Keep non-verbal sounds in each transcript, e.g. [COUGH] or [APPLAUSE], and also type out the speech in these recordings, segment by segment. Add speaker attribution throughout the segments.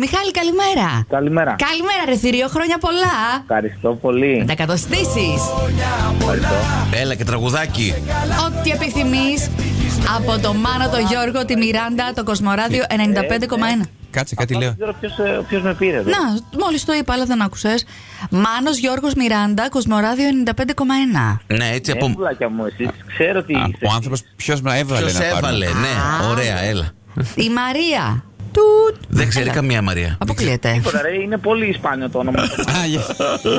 Speaker 1: Μιχάλη, καλημέρα.
Speaker 2: Καλημέρα.
Speaker 1: Καλημέρα, ρε θηρίο, χρόνια πολλά.
Speaker 2: Ευχαριστώ
Speaker 1: Να
Speaker 2: πολύ.
Speaker 1: τα κατοστήσεις.
Speaker 2: Ευχαριστώ.
Speaker 3: Έλα και τραγουδάκι.
Speaker 1: Ό,τι επιθυμείς από το Μάνο, τον Γιώργο, τη Μιράντα, το Κοσμοράδιο 95,1.
Speaker 4: Κάτσε, κάτι
Speaker 2: Αυτό
Speaker 4: λέω.
Speaker 2: Δεν ξέρω ποιος, ε, ποιος με πήρε εδώ.
Speaker 1: Να, μόλις το είπα, αλλά δεν άκουσες. Μάνος Γιώργος Μιράντα, Κοσμοράδιο 95,1.
Speaker 3: Ναι, έτσι
Speaker 2: Ε,
Speaker 3: από.
Speaker 2: πουλάκια μου, εσείς ξέρω τι
Speaker 4: Α,
Speaker 2: είστε.
Speaker 4: Ο άνθρωπος ποιος με έβαλε
Speaker 3: Ποιο
Speaker 4: να πάρει.
Speaker 3: έβαλε, ναι,
Speaker 1: Α.
Speaker 3: ωραία, έλα.
Speaker 1: Η Μαρία. Τουτ.
Speaker 3: Δεν ξέρει
Speaker 1: Έλα.
Speaker 3: καμία Μαρία.
Speaker 1: Αποκλείεται.
Speaker 2: Τίποτα, ρε, είναι πολύ σπάνιο το όνομα.
Speaker 4: Α, για-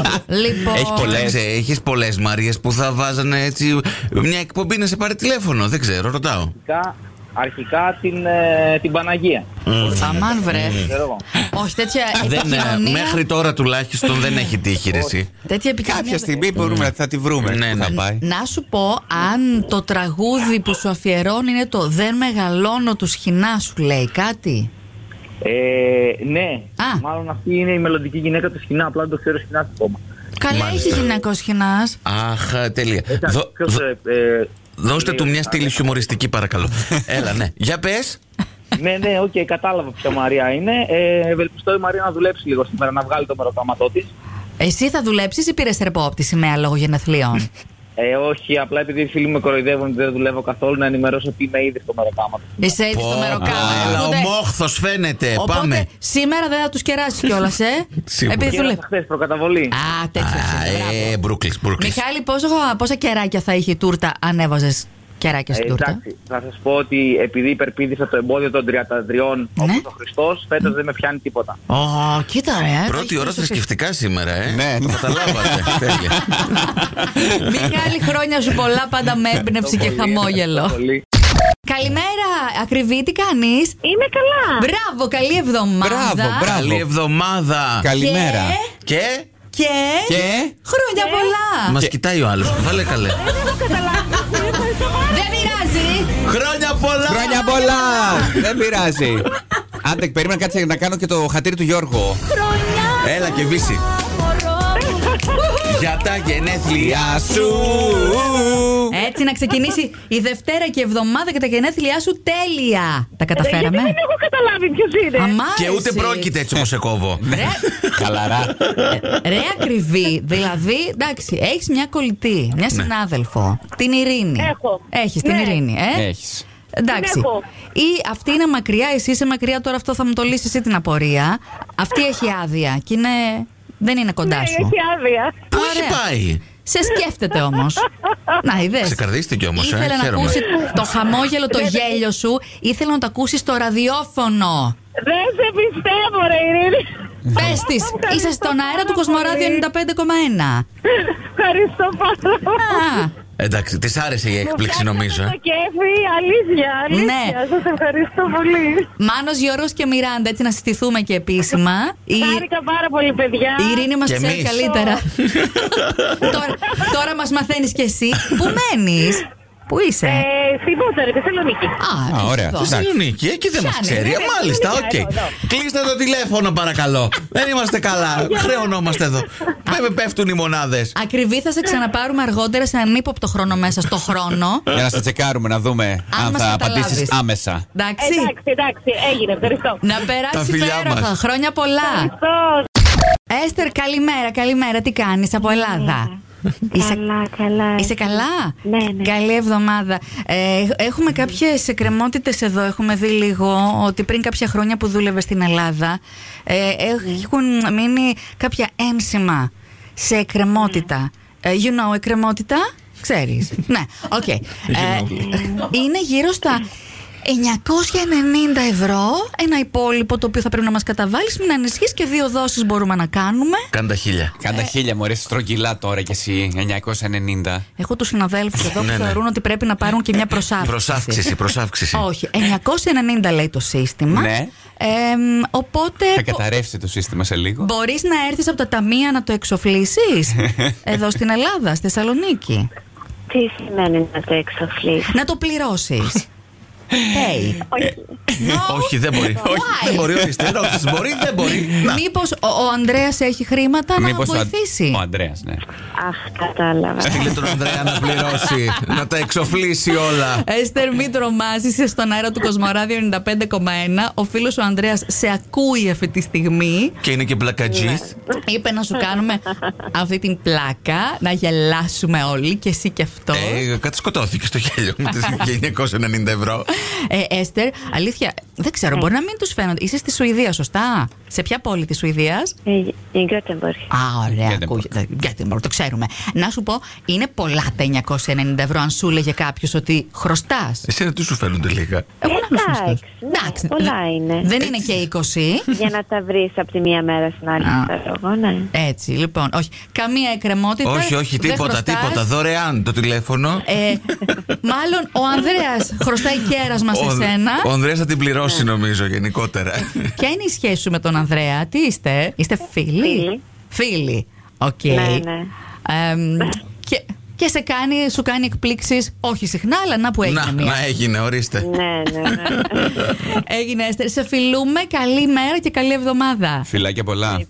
Speaker 3: [LAUGHS]
Speaker 1: Λοιπόν.
Speaker 4: Έχεις πολλές.
Speaker 3: Έχεις πολλές Μαρίες που θα βάζανε έτσι. Μια εκπομπή να σε πάρει τηλέφωνο. Δεν ξέρω, ρωτάω.
Speaker 2: αρχικά, αρχικά την, ε, την Παναγία.
Speaker 1: Αμάν βρε.
Speaker 2: Ξέρω εγώ.
Speaker 1: Όχι, τέτοια
Speaker 3: Δεν, ε,
Speaker 1: επικοινωνία.
Speaker 3: μέχρι τώρα τουλάχιστον δεν έχει τύχει ρε, εσύ.
Speaker 1: Τέτοια επικοινωνία.
Speaker 4: Κάποια
Speaker 1: δεν-
Speaker 4: στιγμή μπορούμε να θα τη βρούμε.
Speaker 3: Ναι,
Speaker 4: που θα
Speaker 3: ναι.
Speaker 4: πάει.
Speaker 1: Να σου πω αν το τραγούδι που σου αφιερώνει είναι το «Δεν μεγαλώνω τους σχοινά» σου λέει κάτι.
Speaker 2: Ε, ναι,
Speaker 1: Α.
Speaker 2: μάλλον αυτή είναι η μελλοντική γυναίκα του Σκηνά, απλά δεν το ξέρω Σκηνά ακόμα.
Speaker 1: Καλά
Speaker 3: Μάλιστα.
Speaker 1: έχει γυναίκα ο σχοινάς.
Speaker 3: Αχ, ε, τέλεια.
Speaker 2: Εντάξει,
Speaker 3: Δω-
Speaker 2: ποιος,
Speaker 3: δω-
Speaker 2: ε, ε,
Speaker 3: Δώστε
Speaker 2: λέει
Speaker 3: του μια
Speaker 2: ότι θα-
Speaker 3: στήλη χιουμοριστική, παρακαλώ. Έλα, ναι. Για πες.
Speaker 2: Ναι, ναι, οκ, κατάλαβα ποια Μαρία είναι. Ε, ευελπιστώ η Μαρία να δουλέψει λίγο σήμερα, να βγάλει το μεροκάματό της.
Speaker 1: Εσύ θα δουλέψεις ή πήρες ρεπό από τη σημαία λόγω
Speaker 3: [LAUGHS]
Speaker 1: γενεθλίων.
Speaker 2: Ε, όχι, απλά επειδή οι φίλοι με κοροϊδεύουν ότι δεν δουλεύω καθόλου, να ενημερώσω ότι είμαι ήδη στο μεροκάμα.
Speaker 1: Είσαι ήδη
Speaker 3: Πω,
Speaker 1: στο
Speaker 3: πω,
Speaker 1: μεροκάμα.
Speaker 3: Έλα, ο
Speaker 1: Οπότε-
Speaker 3: μόχθο φαίνεται.
Speaker 1: Οπότε
Speaker 3: Πάμε.
Speaker 1: σήμερα δεν θα τους κεράσεις κιόλας, ε.
Speaker 3: [LAUGHS] Σίγουρα.
Speaker 1: Επειδή
Speaker 2: Γύρασα
Speaker 1: δουλεύει.
Speaker 2: χθες προκαταβολή.
Speaker 1: Α, τέτοιο
Speaker 3: Α,
Speaker 1: είναι. Μπράβο.
Speaker 3: ε, Μπρούκλι, Μπρούκλι.
Speaker 1: Μιχάλη, πόσο, πόσα κεράκια θα είχε η τούρτα αν έβαζες κεράκια στην
Speaker 2: Ε,
Speaker 1: τούρτα.
Speaker 2: εντάξει, θα σας πω ότι επειδή υπερπίδησα το εμπόδιο των 33
Speaker 1: Ναι.
Speaker 2: όπως ο Χριστός, φέτος δεν με πιάνει τίποτα.
Speaker 1: Ω, κοίτα ρε. τα
Speaker 3: Πρώτη
Speaker 1: Ε, έχεις
Speaker 3: ώρα
Speaker 1: στο
Speaker 3: θρησκευτικά σήμερα, ε.
Speaker 4: Ναι,
Speaker 3: το
Speaker 4: ναι. [LAUGHS]
Speaker 3: καταλάβατε. Τέλεια.
Speaker 1: Μιχάλη, χρόνια σου πολλά,
Speaker 3: [LAUGHS]
Speaker 1: πάντα με έμπνευση και
Speaker 2: Ευχαριστώ πολύ, ευχαριστώ
Speaker 1: χαμόγελο.
Speaker 2: πολύ.
Speaker 1: Καλημέρα, ακριβή, τι κάνει.
Speaker 5: Είμαι καλά.
Speaker 1: Μπράβο, καλή εβδομάδα.
Speaker 4: Μπράβο, μπράβο.
Speaker 3: Καλή εβδομάδα.
Speaker 4: Καλημέρα.
Speaker 3: Και
Speaker 1: Και.
Speaker 4: Και.
Speaker 1: Χρόνια πολλά.
Speaker 3: μας κοιτάει ο άλλος. Βάλε καλέ.
Speaker 1: Δεν πειράζει.
Speaker 3: Χρόνια πολλά!
Speaker 4: Χρόνια πολλά! Δεν πειράζει. Άντε, περίμενα κάτι να κάνω και το χατήρι του Γιώργο.
Speaker 3: Έλα και βύση. Για τα γενέθλιά
Speaker 4: Γεια
Speaker 3: σου.
Speaker 4: σου!
Speaker 1: Έτσι να ξεκινήσει η Δευτέρα και η εβδομάδα και τα γενέθλιά σου τέλεια. Τα καταφέραμε.
Speaker 5: Ε, Γιατί δεν έχω καταλάβει ποιος είναι. Ναι,
Speaker 1: Αμά
Speaker 3: Και ούτε
Speaker 1: εσύ.
Speaker 3: πρόκειται έτσι όπως σε κόβω.
Speaker 1: Ρε,
Speaker 4: Χαλαρά.
Speaker 1: Ε, ρε ακριβή, δηλαδή, εντάξει, έχεις μια κολλητή, μια συνάδελφο, την Ειρήνη.
Speaker 5: Έχω.
Speaker 1: Έχεις την
Speaker 5: Ναι.
Speaker 1: Ειρήνη, ε.
Speaker 4: Έχεις.
Speaker 1: Εντάξει.
Speaker 5: Την έχω.
Speaker 1: Ή αυτή είναι μακριά, εσύ είσαι μακριά, τώρα αυτό θα μου το λύσεις εσύ την απορία. Αυτή έχει άδεια και είναι... δεν είναι κοντά
Speaker 5: Ναι,
Speaker 1: σου.
Speaker 5: έχει άδεια.
Speaker 3: Πού
Speaker 1: Ωραία.
Speaker 3: έχει πάει.
Speaker 1: Σε σκέφτεται όμως. Να είδες.
Speaker 3: Ξεκαρδίστηκε όμως, ε.
Speaker 1: Ήθελε να
Speaker 3: Χαίρομαι.
Speaker 1: ακούσει το χαμόγελο,
Speaker 5: Ναι,
Speaker 1: το γέλιο σου. Ήθελε να το ακούσει στο ραδιόφωνο.
Speaker 5: Δεν σε πιστεύω, ρε Ειρήνη.
Speaker 1: Πες της,
Speaker 5: Ευχαριστώ
Speaker 1: είσαι στον αέρα του
Speaker 5: πάρα
Speaker 1: Κοσμοράδιο
Speaker 5: πολύ.
Speaker 1: 95,1.
Speaker 5: Ευχαριστώ πάρα πολύ.
Speaker 1: Α,
Speaker 3: Εντάξει, της άρεσε η
Speaker 5: Μου
Speaker 3: έκπληξη
Speaker 5: φτιάξατε
Speaker 3: νομίζω. ε.
Speaker 5: Το κέφι, αλήθεια. αλήθεια.
Speaker 1: Ναι.
Speaker 5: Σας ευχαριστώ πολύ.
Speaker 1: Μάνος Γιώργος και Μιράντα, έτσι να συστηθούμε και επίσημα. Η,
Speaker 5: Χάρηκα πάρα πολύ, παιδιά.
Speaker 1: η Ειρήνη μας
Speaker 3: Και
Speaker 1: ξέρει
Speaker 3: εμείς.
Speaker 1: καλύτερα. [LAUGHS] τώρα τώρα μας μαθαίνεις κι εσύ. Πού μένεις, Πού είσαι.
Speaker 5: Ε, Στην Πότσαρη, Θεσσαλονίκη.
Speaker 1: ναι. Α,
Speaker 4: Α, ωραία.
Speaker 1: εδώ.
Speaker 4: Εντάξει.
Speaker 3: Θεσσαλονίκη, εκεί ε, δεν μας
Speaker 1: Πιάνει,
Speaker 3: ξέρει.
Speaker 1: δεν
Speaker 3: Μάλιστα,
Speaker 5: δεν
Speaker 3: οκ.
Speaker 5: ξέρω εδώ.
Speaker 3: Κλείστε το τηλέφωνο, παρακαλώ. Δεν είμαστε καλά. Χρεωνόμαστε εδώ. Με πέφτουν οι μονάδες.
Speaker 1: Ακριβή θα σε ξαναπάρουμε αργότερα σε έναν ύποπτο χρόνο μέσα στο χρόνο.
Speaker 4: Για να σε τσεκάρουμε να δούμε αν
Speaker 1: μας
Speaker 4: θα
Speaker 1: καταλάβεις.
Speaker 4: απαντήσεις άμεσα.
Speaker 1: Εντάξει.
Speaker 5: Εντάξει, εντάξει, έγινε. Ευχαριστώ.
Speaker 1: Να περάσει
Speaker 3: φιλιά
Speaker 1: υπέροχα.
Speaker 3: μας.
Speaker 1: Χρόνια πολλά.
Speaker 5: Ευχαριστώ.
Speaker 1: Έστερ, καλημέρα, καλημέρα. Τι κάνεις από Ελλάδα. Είσαι,
Speaker 6: Καλά, καλά.
Speaker 1: είσαι καλά.
Speaker 6: Ναι, ναι.
Speaker 1: Καλή εβδομάδα. Ε, έχουμε κάποιες εκκρεμότητες εδώ. Έχουμε δει λίγο ότι πριν κάποια χρόνια που δούλευε στην Ελλάδα ε, έχουν μείνει κάποια ένσημα σε εκκρεμότητα.
Speaker 3: Ναι.
Speaker 1: Ε, you know, εκκρεμότητα.
Speaker 3: [LAUGHS]
Speaker 1: Ξέρεις. ναι, οκ. Ε, είναι γύρω στα 990 ευρώ ένα υπόλοιπο το οποίο θα πρέπει να μας καταβάλεις μην ανησυχείς και δύο δόσεις μπορούμε να κάνουμε
Speaker 3: Κάντα χίλια.
Speaker 4: Κάντα χίλια μου αρέσει στρογγυλά τώρα κι εσύ, 990.
Speaker 1: Έχω τους συναδέλφους εδώ που
Speaker 3: Ναι, ναι.
Speaker 1: θεωρούν ότι πρέπει να πάρουν και μια προσάυξηση.
Speaker 3: Προσάυξηση, προσάυξηση.
Speaker 1: Όχι, 990 λέει το σύστημα.
Speaker 4: Ναι.
Speaker 1: Εμ, οπότε.
Speaker 4: Θα καταρρεύσει το σύστημα σε λίγο.
Speaker 1: Ε, Μπορείς να έρθεις από τα ταμεία να το
Speaker 4: [LAUGHS]
Speaker 1: εξοφλήσεις εδώ στην Ελλάδα, στη Θεσσαλονίκη.
Speaker 6: Τι σημαίνει να το εξοφλείς
Speaker 4: [LAUGHS]
Speaker 1: Να το πληρώσεις. Hey.
Speaker 5: Όχι.
Speaker 1: No.
Speaker 3: [LAUGHS] Όχι, δεν μπορεί.
Speaker 1: Why?
Speaker 3: Όχι, δεν μπορεί. Ορίστε, ρώτησες, Μπορεί, δεν μπορεί. Να.
Speaker 1: Μήπως ο, ο Ανδρέας έχει χρήματα να
Speaker 4: Μήπως ο Αν-
Speaker 1: βοηθήσει.
Speaker 4: Ο Αντρέα, ναι.
Speaker 5: Αχ, κατάλαβα.
Speaker 3: Στείλε τον Ανδρέα να πληρώσει, να τα εξοφλήσει όλα.
Speaker 1: Έστερ, μην τρομάζει. Είσαι στον αέρα του Κοσμοράδιο 95,1. Ο φίλος ο Ανδρέας σε ακούει αυτή τη στιγμή.
Speaker 3: Και είναι και μπλακατζή.
Speaker 1: Είπε να σου κάνουμε αυτή την πλάκα, να γελάσουμε όλοι και εσύ και αυτός.
Speaker 3: Ε, κάτι σκοτώθηκε στο γέλιο με τις 990 ευρώ.
Speaker 1: Ε, Έστερ, αλήθεια, δεν ξέρω, μπορεί να μην τους φαίνονται. Είσαι στη Σουηδία, σωστά. Σε ποια πόλη της Σουηδίας.
Speaker 5: Ε, Η Γκέτεμπορκ.
Speaker 1: Α, ωραία.
Speaker 4: Γκέτεμπορκ.
Speaker 1: ακούγεται. Γκέτεμπορκ, το ξέρουμε. Να σου πω, είναι πολλά τα 990 ευρώ αν σου λέγε κάποιος ότι χρωστάς.
Speaker 3: Εσένα τι σου φαίνονται λίγα.
Speaker 1: Εγώ να είμαι
Speaker 5: Εντάξει,
Speaker 1: σωστός.
Speaker 5: ναι, πολλά είναι.
Speaker 1: Δεν είναι και 20.
Speaker 5: Για να τα βρεις από τη μία μέρα στην άλλη,
Speaker 1: Α.
Speaker 5: ξέρω εγώ, ναι.
Speaker 1: Έτσι, λοιπόν, όχι. Καμία εκκρεμότητα.
Speaker 3: Όχι, όχι,
Speaker 1: δεν
Speaker 3: τίποτα,
Speaker 1: χρωστάς.
Speaker 3: τίποτα. Δωρεάν το τηλέφωνο.
Speaker 1: Ε, μάλλον ο Ανδρέας χρωστάει κέρασμα σε Ναι.
Speaker 3: Ο-
Speaker 1: σένα.
Speaker 3: Ο Ανδρέας θα την πληρώσει νομίζω γενικότερα.
Speaker 1: Ποια είναι η σχέση σου με τον Ανδρέα, τι είστε, είστε φίλοι.
Speaker 5: Φίλοι.
Speaker 1: Φίλοι. Οκ.
Speaker 5: Ναι, ναι.
Speaker 1: Εμ, και, και σε κάνει, σου κάνει εκπλήξεις, όχι συχνά, αλλά να που έγινε
Speaker 3: να,
Speaker 1: μία.
Speaker 3: να ε- έγινε, ορίστε.
Speaker 5: Ναι,
Speaker 1: [LAUGHS]
Speaker 5: ναι, ναι.
Speaker 1: Έγινε, Έστερ. Σε φιλούμε. Καλή μέρα και καλή εβδομάδα.
Speaker 4: Φιλάκια πολλά.